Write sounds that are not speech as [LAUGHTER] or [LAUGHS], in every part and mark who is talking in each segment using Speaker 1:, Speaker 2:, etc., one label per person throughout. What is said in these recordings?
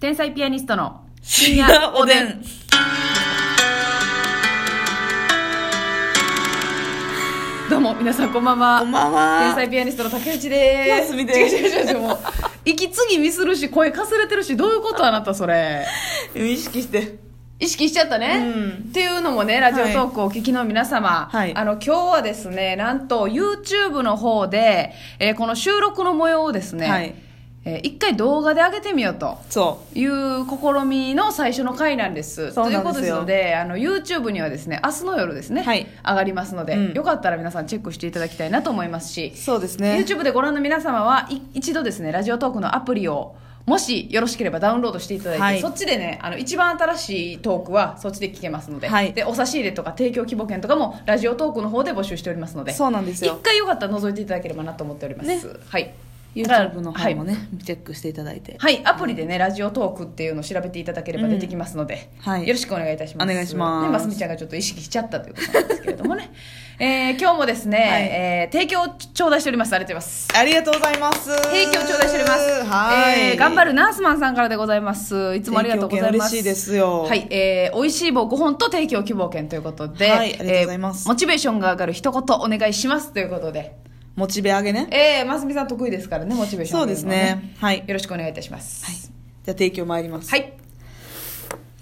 Speaker 1: 天才ピアニストの
Speaker 2: 深夜おでん。
Speaker 1: どうも皆さんこんばんは
Speaker 2: こんばん
Speaker 1: 天
Speaker 2: は
Speaker 1: 才。ピアニストの竹内です
Speaker 2: 休みです
Speaker 1: 違う違う違う違うもう息継ぎミスるし声かすれてるしどういうことあなたそれ
Speaker 2: 意識して。
Speaker 1: 意識しちゃったね、
Speaker 2: うん
Speaker 1: っていうのもねラジオトークをお聞きの皆様、
Speaker 2: はい
Speaker 1: あの今日はですねなんと YouTube の方で、えーこの収録の模様をですね、
Speaker 2: はい
Speaker 1: えー一回動画で上げてみようと
Speaker 2: そ
Speaker 1: いう試みの最初の回なんです
Speaker 2: そうなんで
Speaker 1: というこ
Speaker 2: すよ
Speaker 1: とですのであの YouTube にはですね明日の夜ですね、
Speaker 2: はい
Speaker 1: 上がりますので、
Speaker 2: うん
Speaker 1: よかったら皆さんチェックしていただきたいなと思いますし
Speaker 2: う。、そうですね。
Speaker 1: YouTube でご覧の皆様はい一度ですねラジオトークのアプリをもしよろしければダウンロードしていただいて、
Speaker 2: はい
Speaker 1: そっちでねあの一番新しいトークはそっちで聞けますので,、
Speaker 2: はい
Speaker 1: でお差し入れとか提供希望券とかもラジオトークの方で募集しておりますので
Speaker 2: そうなんですよ
Speaker 1: 一回よかったら覗いていただければなと思っております、
Speaker 2: ね
Speaker 1: はいた
Speaker 2: YouTube
Speaker 1: だ
Speaker 2: の方もね、チェックしていただいて。
Speaker 1: はい、アプリでね、ラジオトークっていうのを調べていただければ出てきますので、
Speaker 2: うんはい
Speaker 1: よろしくお願いいたします。
Speaker 2: お願いします
Speaker 1: ね、ますみちゃんがちょっと意識しちゃったということなんですけれどもね。 [LAUGHS] えー今日もですね、
Speaker 2: はい
Speaker 1: えー提供を頂戴しております。ありがとうございます。
Speaker 2: ありがとうございます。
Speaker 1: 提供頂戴しております。
Speaker 2: はい、
Speaker 1: えー頑張るナースマンさんからでございます。いつもありがとうございます。
Speaker 2: 提供券嬉しいですよ
Speaker 1: はい、えー、美味しい棒5本と提供希望券ということで、
Speaker 2: はいありがとうございます
Speaker 1: えーモチベーションが上がる一言お願いしますということで、
Speaker 2: モチベ上げね。
Speaker 1: えー、ますみさん得意ですからね、モチベーション
Speaker 2: そ
Speaker 1: 上げ
Speaker 2: うで
Speaker 1: る
Speaker 2: す
Speaker 1: のは
Speaker 2: ね。。はい。
Speaker 1: よろしくお願いいたします。
Speaker 2: はい。じゃあ提供参ります。
Speaker 1: はい。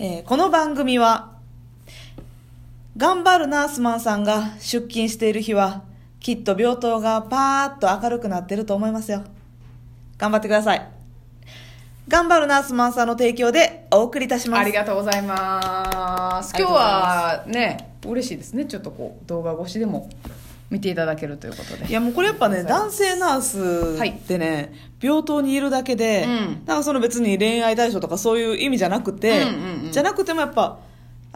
Speaker 2: えーこの番組は頑張るナースマンさんが出勤している日はきっと病棟がパーッと明るくなってると思いますよ頑張ってください頑張るナースマンさんの提供でお送りいたします
Speaker 1: ありがとうございます。今日はね、嬉しいですね。ちょっとこう動画越しでも見ていただけるということ
Speaker 2: い
Speaker 1: で。
Speaker 2: やもうこれやっぱね
Speaker 1: ありがとう
Speaker 2: 男性ナース
Speaker 1: はい
Speaker 2: ってね、病棟にいるだけで、
Speaker 1: うん
Speaker 2: なんかその別に恋愛対象とかそういう意味じゃなくて、
Speaker 1: うんうんうん
Speaker 2: じゃなくてもやっぱ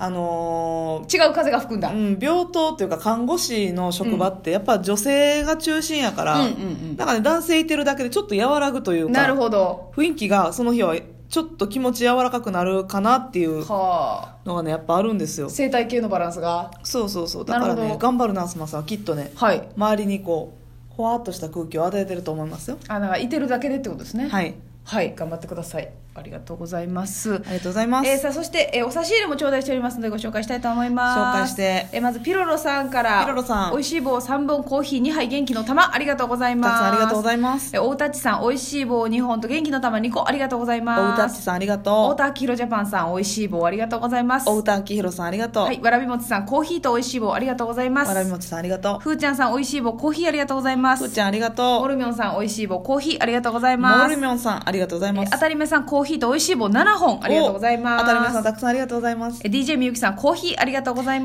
Speaker 2: あのー
Speaker 1: 違う風が吹くんだ。う
Speaker 2: うんん、病棟っていうか看護師の職場ってやっぱ女性が中心やから、
Speaker 1: うんうんうん
Speaker 2: なんかね男性いてるだけでちょっと和らぐというか
Speaker 1: なるほど。
Speaker 2: 雰囲気がその日はちょっと気持ち柔らかくなるかなっていう
Speaker 1: は
Speaker 2: のがねやっぱあるんですよ
Speaker 1: あ。生態系のバランスが。
Speaker 2: そうそうそうだか
Speaker 1: な
Speaker 2: ら
Speaker 1: るほ
Speaker 2: ね
Speaker 1: ど
Speaker 2: 頑張るナースマンさんはきっとね
Speaker 1: はい。
Speaker 2: 周りにこうほわっとした空気を与えてると思いますよ
Speaker 1: あ、なんかいてるだけでってことですね。
Speaker 2: はい
Speaker 1: はい、頑張ってください。ありがとうございます
Speaker 2: あ。りがとうございます、
Speaker 1: えー、さあそして、えーお差し入れも頂戴しておりますのでご紹介したいと思います
Speaker 2: 紹介して
Speaker 1: えーまずピロロさんから
Speaker 2: ピロロさん
Speaker 1: 美味しい棒3本コーヒー2杯元気の玉ありがとうございます
Speaker 2: たくさんありがとうございます
Speaker 1: えー大田地さん美味しい棒2本と元気の玉2個ありがとうございます
Speaker 2: お歌っちさんありが
Speaker 1: 太
Speaker 2: とう
Speaker 1: 田明宏ジャパンさん美味しい棒ありがとうございます
Speaker 2: お歌あきひろさんありがとう、
Speaker 1: はいわらびもちさんコーヒーと美味しい棒ありがとうございます
Speaker 2: わらびもちさんありがと
Speaker 1: ふーちゃんさん美味しい棒コーヒーありがとうございま
Speaker 2: うふー
Speaker 1: す
Speaker 2: ちゃんありがとう
Speaker 1: モルミョンさん美味しい棒コーヒーありがとうござい
Speaker 2: モ
Speaker 1: ま
Speaker 2: ル
Speaker 1: す
Speaker 2: ミョンさんありがとうござい
Speaker 1: え
Speaker 2: ま
Speaker 1: ー
Speaker 2: す
Speaker 1: あたりめさんコーヒーと美味しい棒7本ありがとうございます
Speaker 2: おあたりめさんたくさんありがとうございます
Speaker 1: え DJ みゆきさんコーヒーありがとうございま
Speaker 2: DJ みゆき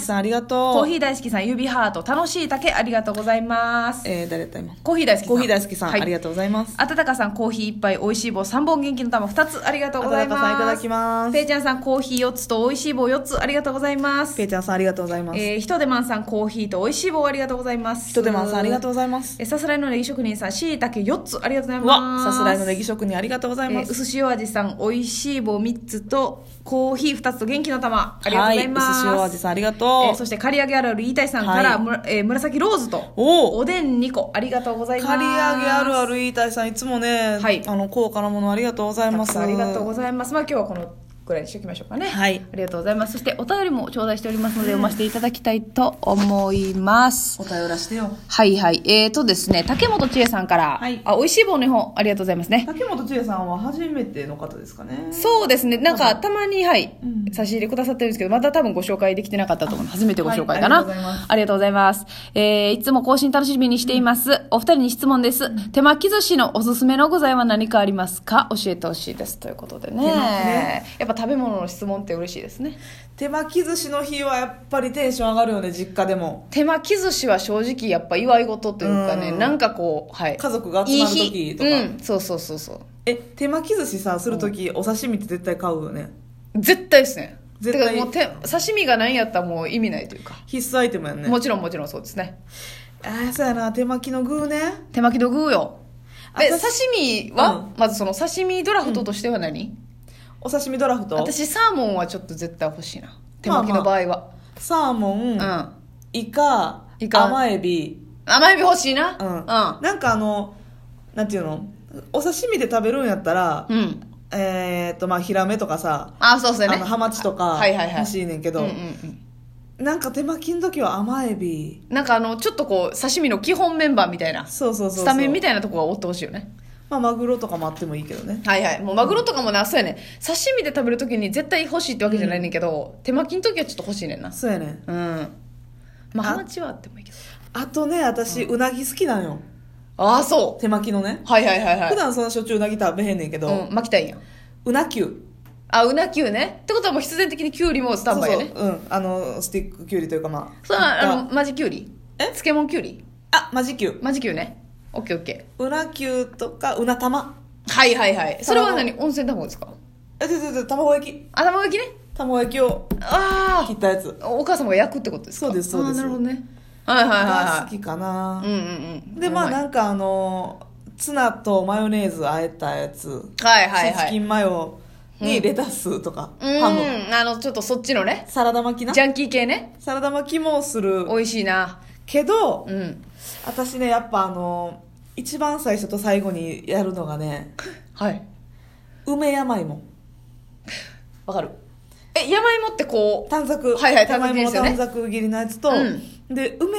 Speaker 1: す
Speaker 2: さんありがとう
Speaker 1: コーヒー大好きさん指ハート楽しい竹ありがとうございます
Speaker 2: えー、誰だ今
Speaker 1: コーヒー大好きさん
Speaker 2: コーヒー大好きさん、
Speaker 1: はい
Speaker 2: ありがとうございます
Speaker 1: あたたかさんコーヒー一杯美味しい棒3本元気の玉2つありがとうございます
Speaker 2: あたたかさんいただきます
Speaker 1: ペイちゃんさんコーヒー4つと美味しい棒4つありがとうございます
Speaker 2: ペイちゃんさんありがとうございます、
Speaker 1: えー、ひとでまんさんコーヒーと美味しい棒ありがとうございます
Speaker 2: ひとでまんさんありがとうございます
Speaker 1: えーさすらいのネギ職人さんしいたけ4つありがとうございうま
Speaker 2: わ
Speaker 1: す
Speaker 2: さすらいのネ
Speaker 1: ギ
Speaker 2: ギ職人ありがとうござい
Speaker 1: え
Speaker 2: ま
Speaker 1: ー、う
Speaker 2: す、
Speaker 1: すしお味さん美味しい棒3つとコーヒー2つと元気の玉ありがとうございます、
Speaker 2: はい、うすしお味さんありがとう、
Speaker 1: えーそして刈り上げあるある言いたいさんから、
Speaker 2: はい
Speaker 1: むらえー紫ローズと
Speaker 2: お
Speaker 1: お
Speaker 2: お
Speaker 1: でん2個ありがとうございます
Speaker 2: 刈り上げあるある言いたいさんいつもね、
Speaker 1: はい
Speaker 2: あの高価なものありがとうござい
Speaker 1: た
Speaker 2: ま
Speaker 1: く
Speaker 2: す
Speaker 1: さんありがとうご
Speaker 2: ざい
Speaker 1: ざいますまあ今日はこのぐらいにしときましょうかね
Speaker 2: はい
Speaker 1: ありがとうございますそしてお便りも頂戴しておりますので読ませていただきたいと思います、
Speaker 2: お便らしてよ
Speaker 1: はいはいえーとですね竹本千恵さんから、
Speaker 2: はい
Speaker 1: あ美味しい棒の2本ありがとうございますね
Speaker 2: 竹本千恵さんは初めての方ですかね
Speaker 1: そうですねなんかたまにはい、
Speaker 2: うん
Speaker 1: 差し入れくださってるんですけどまだ多分ご紹介できてなかったと思う初めてご紹介かない
Speaker 2: はありがとうございます
Speaker 1: ありがとうございますえーいつも更新楽しみにしています、お二人に質問です手巻き寿司のおすすめの具材は何かありますか教えてほしいですということでね
Speaker 2: 手巻きね
Speaker 1: やっぱ食べ物の質問って嬉しいですね
Speaker 2: 手巻き寿司の日はやっぱりテンション上がるよね実家でも
Speaker 1: 手巻き寿司は正直やっぱ祝い事というかね
Speaker 2: うん
Speaker 1: なんかこうはい
Speaker 2: 家族が集まる時とか
Speaker 1: いい日うんそうそうそうそう
Speaker 2: え手巻き寿司さする時お刺身って絶対買うよね
Speaker 1: 絶対ですね
Speaker 2: 絶対
Speaker 1: てかもう手刺身がないんやったらもう意味ないというか、
Speaker 2: 必須アイテムやんね
Speaker 1: もちろんもちろんそうですね
Speaker 2: ああそうやな手巻きの具ね
Speaker 1: 手巻きの具よ
Speaker 2: あ
Speaker 1: で
Speaker 2: 刺
Speaker 1: 刺身は、
Speaker 2: う
Speaker 1: まずその刺身ドラフトとしては何、
Speaker 2: お刺身ドラフト
Speaker 1: 私サーモンはちょっと絶対欲しいな手巻きの場合は、
Speaker 2: サーモ
Speaker 1: う
Speaker 2: ン、
Speaker 1: ん
Speaker 2: イカ
Speaker 1: イカ
Speaker 2: 甘エビ
Speaker 1: 甘エビ欲しいな
Speaker 2: うん、
Speaker 1: う
Speaker 2: なんかあのなんていうのお刺身で食べるんやったら、
Speaker 1: んうん
Speaker 2: えーっとまあヒラメとかさ、
Speaker 1: あ、そうですね。
Speaker 2: あのハマチとか
Speaker 1: はいはいはい。
Speaker 2: 欲しいねんけど、
Speaker 1: うんうんうん
Speaker 2: なんか手巻きの時は甘エビ
Speaker 1: なんかあの、ちょっとこう、刺身の基本メンバーみたいな、
Speaker 2: そうそうそうそ
Speaker 1: ス
Speaker 2: う
Speaker 1: タメンみたいなとこがおってほしいよね。
Speaker 2: まあマグロとかもあってもいいけどね
Speaker 1: はいはい。もうマグロとかもな、そうやね。刺身で食べるときに絶対欲しいってわけじゃないねんけど、手巻きの時はちょっと欲しいねんな。
Speaker 2: そうやねん
Speaker 1: うん。まあ、
Speaker 2: あ
Speaker 1: ハマチはあってもいいけど。
Speaker 2: あとね私うなぎ好きなんよ
Speaker 1: ああ、そ
Speaker 2: 手巻きのね
Speaker 1: う。はいはいはいはい。
Speaker 2: 普段そんなしょっちゅううなぎ食べへんねんけど、う
Speaker 1: うん、巻きたいんや。
Speaker 2: なきゅう
Speaker 1: あ、うなきゅうね。ってことはもう必然的にきゅうりもスタンバイやね。
Speaker 2: そうそううんあのスティックきゅうりというかまあ
Speaker 1: それは、あ
Speaker 2: が
Speaker 1: の、マジきゅうり。え漬物きゅうり。
Speaker 2: あマジきゅう
Speaker 1: マジきゅうね。オッケーオッケ
Speaker 2: うなきゅうとかうな玉
Speaker 1: ー。はいはいはい。それは何温泉卵ですか
Speaker 2: えででで卵焼き
Speaker 1: あ、卵焼きね。
Speaker 2: 卵焼きを
Speaker 1: あ
Speaker 2: 切ったやつ
Speaker 1: あ。お母様が焼くってことですか
Speaker 2: そうですそうで
Speaker 1: あ
Speaker 2: す
Speaker 1: ーなるほどね。はいはい
Speaker 2: が
Speaker 1: は
Speaker 2: 好きかない
Speaker 1: はい。うんうんうん。
Speaker 2: でまあ
Speaker 1: うまい
Speaker 2: なんかあのツナとマヨネーズ和えたやつ
Speaker 1: はいはいは
Speaker 2: チキ
Speaker 1: い。
Speaker 2: ンマヨにレタスとか、
Speaker 1: うん
Speaker 2: ハム、
Speaker 1: あの、ちょっとそっちのね。
Speaker 2: サラダ巻きな
Speaker 1: ジャンキー系ね。
Speaker 2: サラダ巻きもする
Speaker 1: 美味しいな。
Speaker 2: けど、
Speaker 1: うん。
Speaker 2: 私ねやっぱあの一番最初と最後にやるのがね
Speaker 1: はい。
Speaker 2: 梅山芋
Speaker 1: わかる。え、山芋ってこ
Speaker 2: 短冊
Speaker 1: はいはい
Speaker 2: 山芋
Speaker 1: 短冊で
Speaker 2: の
Speaker 1: すよね
Speaker 2: 短冊切りのやつと、
Speaker 1: う
Speaker 2: で梅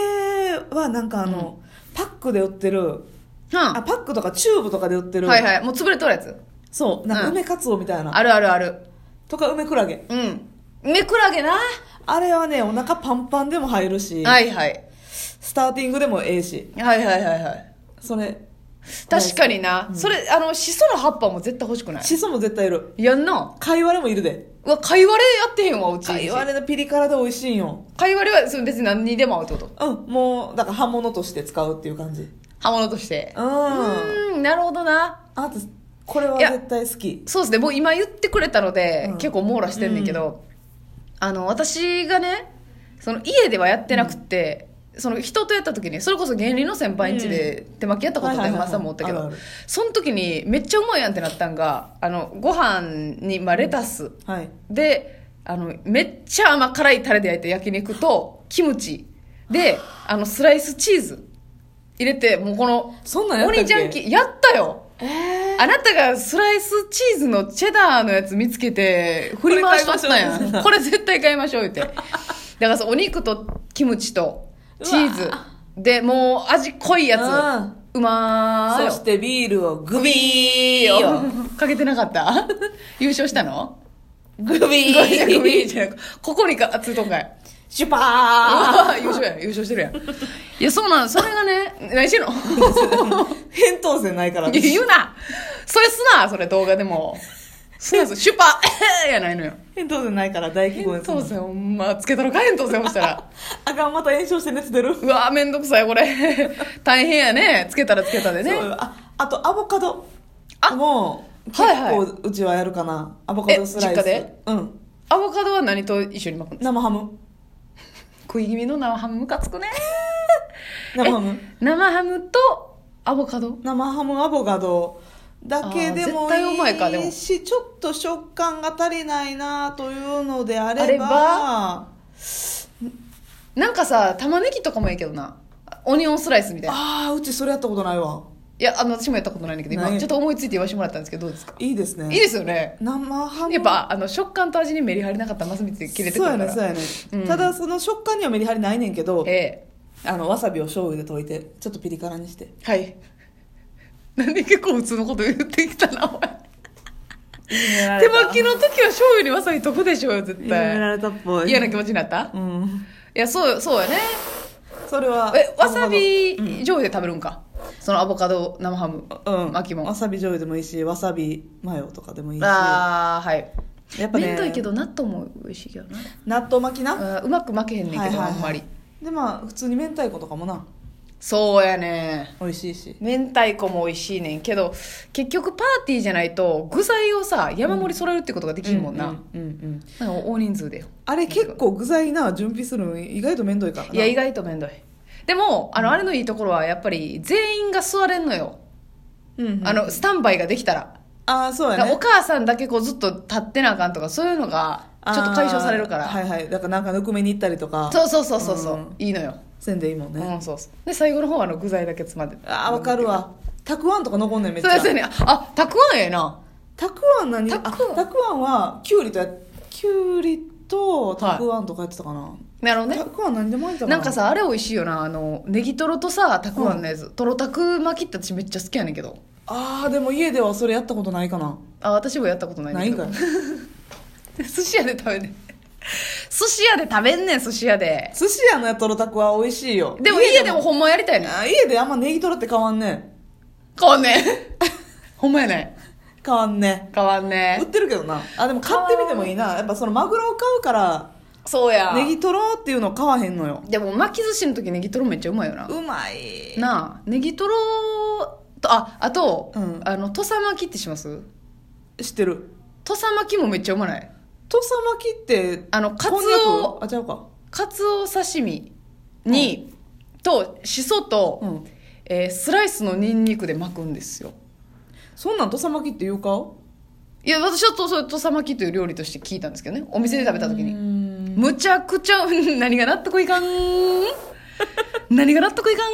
Speaker 2: はなんかあの、パックで売ってる
Speaker 1: う、うん。
Speaker 2: あ
Speaker 1: は
Speaker 2: パックとかチューブとかで売って
Speaker 1: い
Speaker 2: る、
Speaker 1: はい。もう潰れとるやつ。
Speaker 2: そうな
Speaker 1: う
Speaker 2: んか
Speaker 1: ん
Speaker 2: 梅カツオみたいな、
Speaker 1: あるあるある。
Speaker 2: とか梅クラゲ
Speaker 1: うん。目くらげな。
Speaker 2: あれはねお腹パンパンでも入るし、
Speaker 1: はいはい。
Speaker 2: スターティングでもええし
Speaker 1: はいはいはいはい。
Speaker 2: それ
Speaker 1: 確かにな。それ、あの、シソの葉っぱも絶対欲しくない。
Speaker 2: シソも絶対いる
Speaker 1: やんな。
Speaker 2: カイワレもいるで
Speaker 1: うわ、かいわれやってへんわ、うち。
Speaker 2: カイワレのピリ辛で美味しいんよ
Speaker 1: かいわれはそれ別に何にでも合うってこと。
Speaker 2: うんもうだから刃物として使うっていう感じうん
Speaker 1: 刃物として。
Speaker 2: あ
Speaker 1: うーん、なるほどな。
Speaker 2: とこれはい
Speaker 1: や
Speaker 2: 絶対好き
Speaker 1: そうですね、もう今言ってくれたので、
Speaker 2: うん
Speaker 1: 結構網羅してんねんけど、あの、私がね、その家ではやってなくて、その人とやった時にそれこそ芸人の先輩ん家で手巻きやったこと
Speaker 2: は
Speaker 1: で
Speaker 2: いはいはい
Speaker 1: 山田さんもおったけ
Speaker 2: あるあ
Speaker 1: ど
Speaker 2: る
Speaker 1: その時にめっちゃうまいやんってなったんがあのご飯に、まあ、レタス
Speaker 2: はい
Speaker 1: であのめっちゃ甘辛いタレで焼いた焼肉とキムチであのスライスチーズ入れてもうこの
Speaker 2: そんなんやったっけ
Speaker 1: 鬼ジャンキーやったよ
Speaker 2: ええ
Speaker 1: あなたがスライスチーズのチェダーのやつ見つけて振り回しとったや
Speaker 2: これ買いましょ
Speaker 1: ん。
Speaker 2: うみたいな
Speaker 1: これ絶対買いましょう言って。だからそうお肉とキムチとチー
Speaker 2: う
Speaker 1: ズ
Speaker 2: わ
Speaker 1: でもう味濃いやつ。うまー
Speaker 2: う
Speaker 1: よ。
Speaker 2: んそしてビールをグビ
Speaker 1: い
Speaker 2: ー
Speaker 1: いよ
Speaker 2: よ。
Speaker 1: かけてなかった
Speaker 2: [LAUGHS]
Speaker 1: 優勝したの
Speaker 2: グビ
Speaker 1: ごめんなさいごめん
Speaker 2: ー
Speaker 1: なさいここにか、つうとんかい。
Speaker 2: シュパ
Speaker 1: [LAUGHS] ああ、優勝やん優勝してるやん。いや、そうなん、それがね、
Speaker 2: [LAUGHS]
Speaker 1: 何してんの [LAUGHS]
Speaker 2: ー返答戦ないから
Speaker 1: いや言うなそれすなそれ動画でも。すなす、シュパ [LAUGHS] やないのよ。
Speaker 2: 返答戦ないから大
Speaker 1: 扁
Speaker 2: 気候です
Speaker 1: 桃腺ほんまつけたろか扁桃腺ほしたら
Speaker 2: あかんまた炎症して熱出る
Speaker 1: うわーめんどくさいこれ [LAUGHS] 大変やねつけたらつけたでね
Speaker 2: そうああとアボカド
Speaker 1: あ
Speaker 2: もう結
Speaker 1: はいはいう
Speaker 2: 構うちはやるかなアボカドスライ
Speaker 1: え実
Speaker 2: ス
Speaker 1: 家で
Speaker 2: うん
Speaker 1: アボカドは何と一緒に巻くの
Speaker 2: 生ハム
Speaker 1: 食い気味の生ハムムカつくね [LAUGHS]
Speaker 2: 生ハム
Speaker 1: 生ハムとアボカド
Speaker 2: 生ハムアボカドだけで
Speaker 1: あー絶
Speaker 2: も
Speaker 1: 対うまいかでも
Speaker 2: いいしちょっと食感が足りないなというのであれば
Speaker 1: あればなんかさ玉ねぎとかもいいけどなオニオンスライスみたいな
Speaker 2: あーうちそれやったことないわ
Speaker 1: いやあの私もやったことないんだけど今
Speaker 2: ない
Speaker 1: ちょっと思いついて言わせてもらったんですけどどうですか
Speaker 2: いいですね
Speaker 1: いいですよね
Speaker 2: 生ハム
Speaker 1: やっぱあの食感と味にメリハリなかったらますみて切れてくるから
Speaker 2: そうやねそうやね、
Speaker 1: うん
Speaker 2: ただその食感にはメリハリないねんけど
Speaker 1: え
Speaker 2: あのわさびを醤油で溶いてちょっとピリ辛にして
Speaker 1: えはいなんで結構普通のこと言ってきたなお前手巻きの時は醤油にわさび溶くでしょうよ絶
Speaker 2: いじめ
Speaker 1: 対
Speaker 2: られたっぽい
Speaker 1: 嫌な気持ちになった
Speaker 2: うん
Speaker 1: いやそうそうやね
Speaker 2: それは
Speaker 1: えわさび
Speaker 2: うん
Speaker 1: 醤油で食べるんか、そのアボカド生ハム
Speaker 2: うん、
Speaker 1: 巻きも
Speaker 2: わさび醤油でもいいしわさびマヨとかでもいいしや
Speaker 1: ああはい
Speaker 2: っぱ
Speaker 1: 面
Speaker 2: ね
Speaker 1: 倒いけど納豆も美味しいけどな
Speaker 2: 納豆巻きな、
Speaker 1: あーうまく巻けへんねんけど、
Speaker 2: はいはいはい
Speaker 1: あんまり
Speaker 2: でまあ普通に明太子とかもな
Speaker 1: そうやね
Speaker 2: 美味しいし
Speaker 1: 明太子も美味しいねんけど結局パーティーじゃないと具材をさ山盛り揃えるってことができるもんな、
Speaker 2: うんうんうん
Speaker 1: なんか大人数でよ
Speaker 2: あれ結構具材な準備するの意外と面倒いからない
Speaker 1: や意外とめんどいでもあの、あれのいいところはやっぱり全員が座れんのよ、
Speaker 2: うんうん
Speaker 1: あのスタンバイができたら
Speaker 2: ああそう
Speaker 1: だ
Speaker 2: や
Speaker 1: からお
Speaker 2: ね
Speaker 1: 母さんだけこうずっと立ってなあかんとかそういうのがちょっと解消されるから、
Speaker 2: あーはいはいだからなんかぬくめに行ったりとか
Speaker 1: そうそうそうそうそう、
Speaker 2: うん
Speaker 1: いいのよ、
Speaker 2: せんでいいもんね、
Speaker 1: うんそうそうで最後の方はあの具材だけ詰まって
Speaker 2: ああわかるわたくあんとか残んねんめっち
Speaker 1: そう
Speaker 2: ゃ
Speaker 1: ですよねああたくあんええな
Speaker 2: たくあん何
Speaker 1: たくあん
Speaker 2: あたくあんはきゅうりとやきゅうりとたくあんとかやってたかな、
Speaker 1: なるほどね
Speaker 2: たくあん何でも入ってたかな
Speaker 1: なんかさあれ美味しいよなあのネギトロとさたくあんのやつ、トロたく巻きって私めっちゃ好きやねんけど
Speaker 2: あーでも家ではそれやったことないかな
Speaker 1: あ私もやったことない
Speaker 2: な
Speaker 1: ね
Speaker 2: い
Speaker 1: ん
Speaker 2: ん
Speaker 1: けど
Speaker 2: かい
Speaker 1: [LAUGHS] 寿司屋で食べんねん寿司屋で食べんねん寿司屋で
Speaker 2: 寿司屋のとろたくは美味しいよ
Speaker 1: でも家でもほんまやりたいな
Speaker 2: あ家であんまネギトロって変わんね
Speaker 1: 変わんね
Speaker 2: [LAUGHS]
Speaker 1: んほんまやね
Speaker 2: 変わんね
Speaker 1: 変わんね
Speaker 2: 売ってるけどなあでも買ってみてもいいなやっぱそのマグロを買うから
Speaker 1: そうや
Speaker 2: ネギトロっていうの買わへんのよ
Speaker 1: でも巻き寿司の時ネギトロめっちゃうまいよな
Speaker 2: うまい
Speaker 1: なあネギトロとああと、
Speaker 2: うん
Speaker 1: あの土佐巻きってします
Speaker 2: 知ってる
Speaker 1: 土佐巻きもめっちゃうまない
Speaker 2: 土佐巻きって
Speaker 1: あのカツ
Speaker 2: こんにゃく
Speaker 1: オ
Speaker 2: あちゃうか
Speaker 1: カツオ刺身に、としそと、
Speaker 2: うん
Speaker 1: えースライスのニンニクで巻くんですよ
Speaker 2: そんなん土佐巻きって言うか
Speaker 1: いや私はとそう土佐巻きという料理として聞いたんですけどねお店で食べた時
Speaker 2: う
Speaker 1: に
Speaker 2: ん
Speaker 1: むちゃくちゃ何が納得いかん [LAUGHS] 何が納得いかん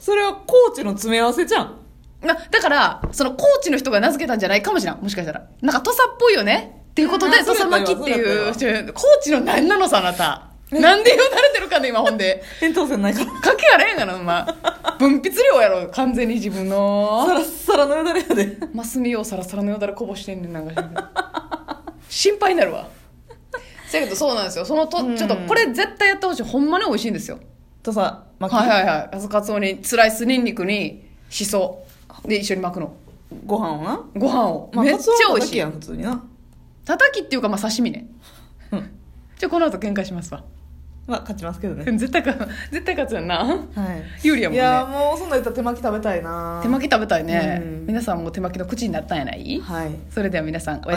Speaker 2: それは高知の詰め合わせじゃん
Speaker 1: まあ、だから、その、高知の人が名付けたんじゃないかもしれん。もしかしたら。なんか、土佐っぽいよねっていうことで、
Speaker 2: うん
Speaker 1: 土佐巻きっていう
Speaker 2: そ
Speaker 1: 人、高知の何なのさ、あなた。なんで言うなれてるかね、今、ほんで。
Speaker 2: 扁桃腺ないから
Speaker 1: かけやれんがな、ほんま。分泌量やろ、完全に自分
Speaker 2: サ
Speaker 1: の。
Speaker 2: ラッサラのよだれやで
Speaker 1: マスミをサラサラのよだれこぼしてんねん、なんか知らんけど。心配になるわ。せやけど、そうなんですよ。そのと、
Speaker 2: うん
Speaker 1: ちょっと、これ絶対やってほしい。ほんまに美味しいんですよ。
Speaker 2: 土佐巻き、
Speaker 1: はいはいはい。カツカツオに、スライスニンニクに、しそ。で、一緒に巻くの。
Speaker 2: ご飯をな、
Speaker 1: ご飯を。
Speaker 2: まあ、
Speaker 1: めっちゃ
Speaker 2: 鰹の
Speaker 1: 美
Speaker 2: だ
Speaker 1: 味し
Speaker 2: け
Speaker 1: い
Speaker 2: や。ん普通にな
Speaker 1: たたきっていうかまあ刺身ね
Speaker 2: うん
Speaker 1: じゃあこの後喧嘩しますわ
Speaker 2: まあ勝ちますけどね
Speaker 1: 絶対か絶対勝つやんな
Speaker 2: はい
Speaker 1: 有利やもん
Speaker 2: いやー
Speaker 1: ね
Speaker 2: もうそんなん言ったら手巻き食べたいな
Speaker 1: 手巻き食べたいね
Speaker 2: うん
Speaker 1: 皆さんも手巻きの口になったんやない
Speaker 2: はい
Speaker 1: それでは皆さんおやすみ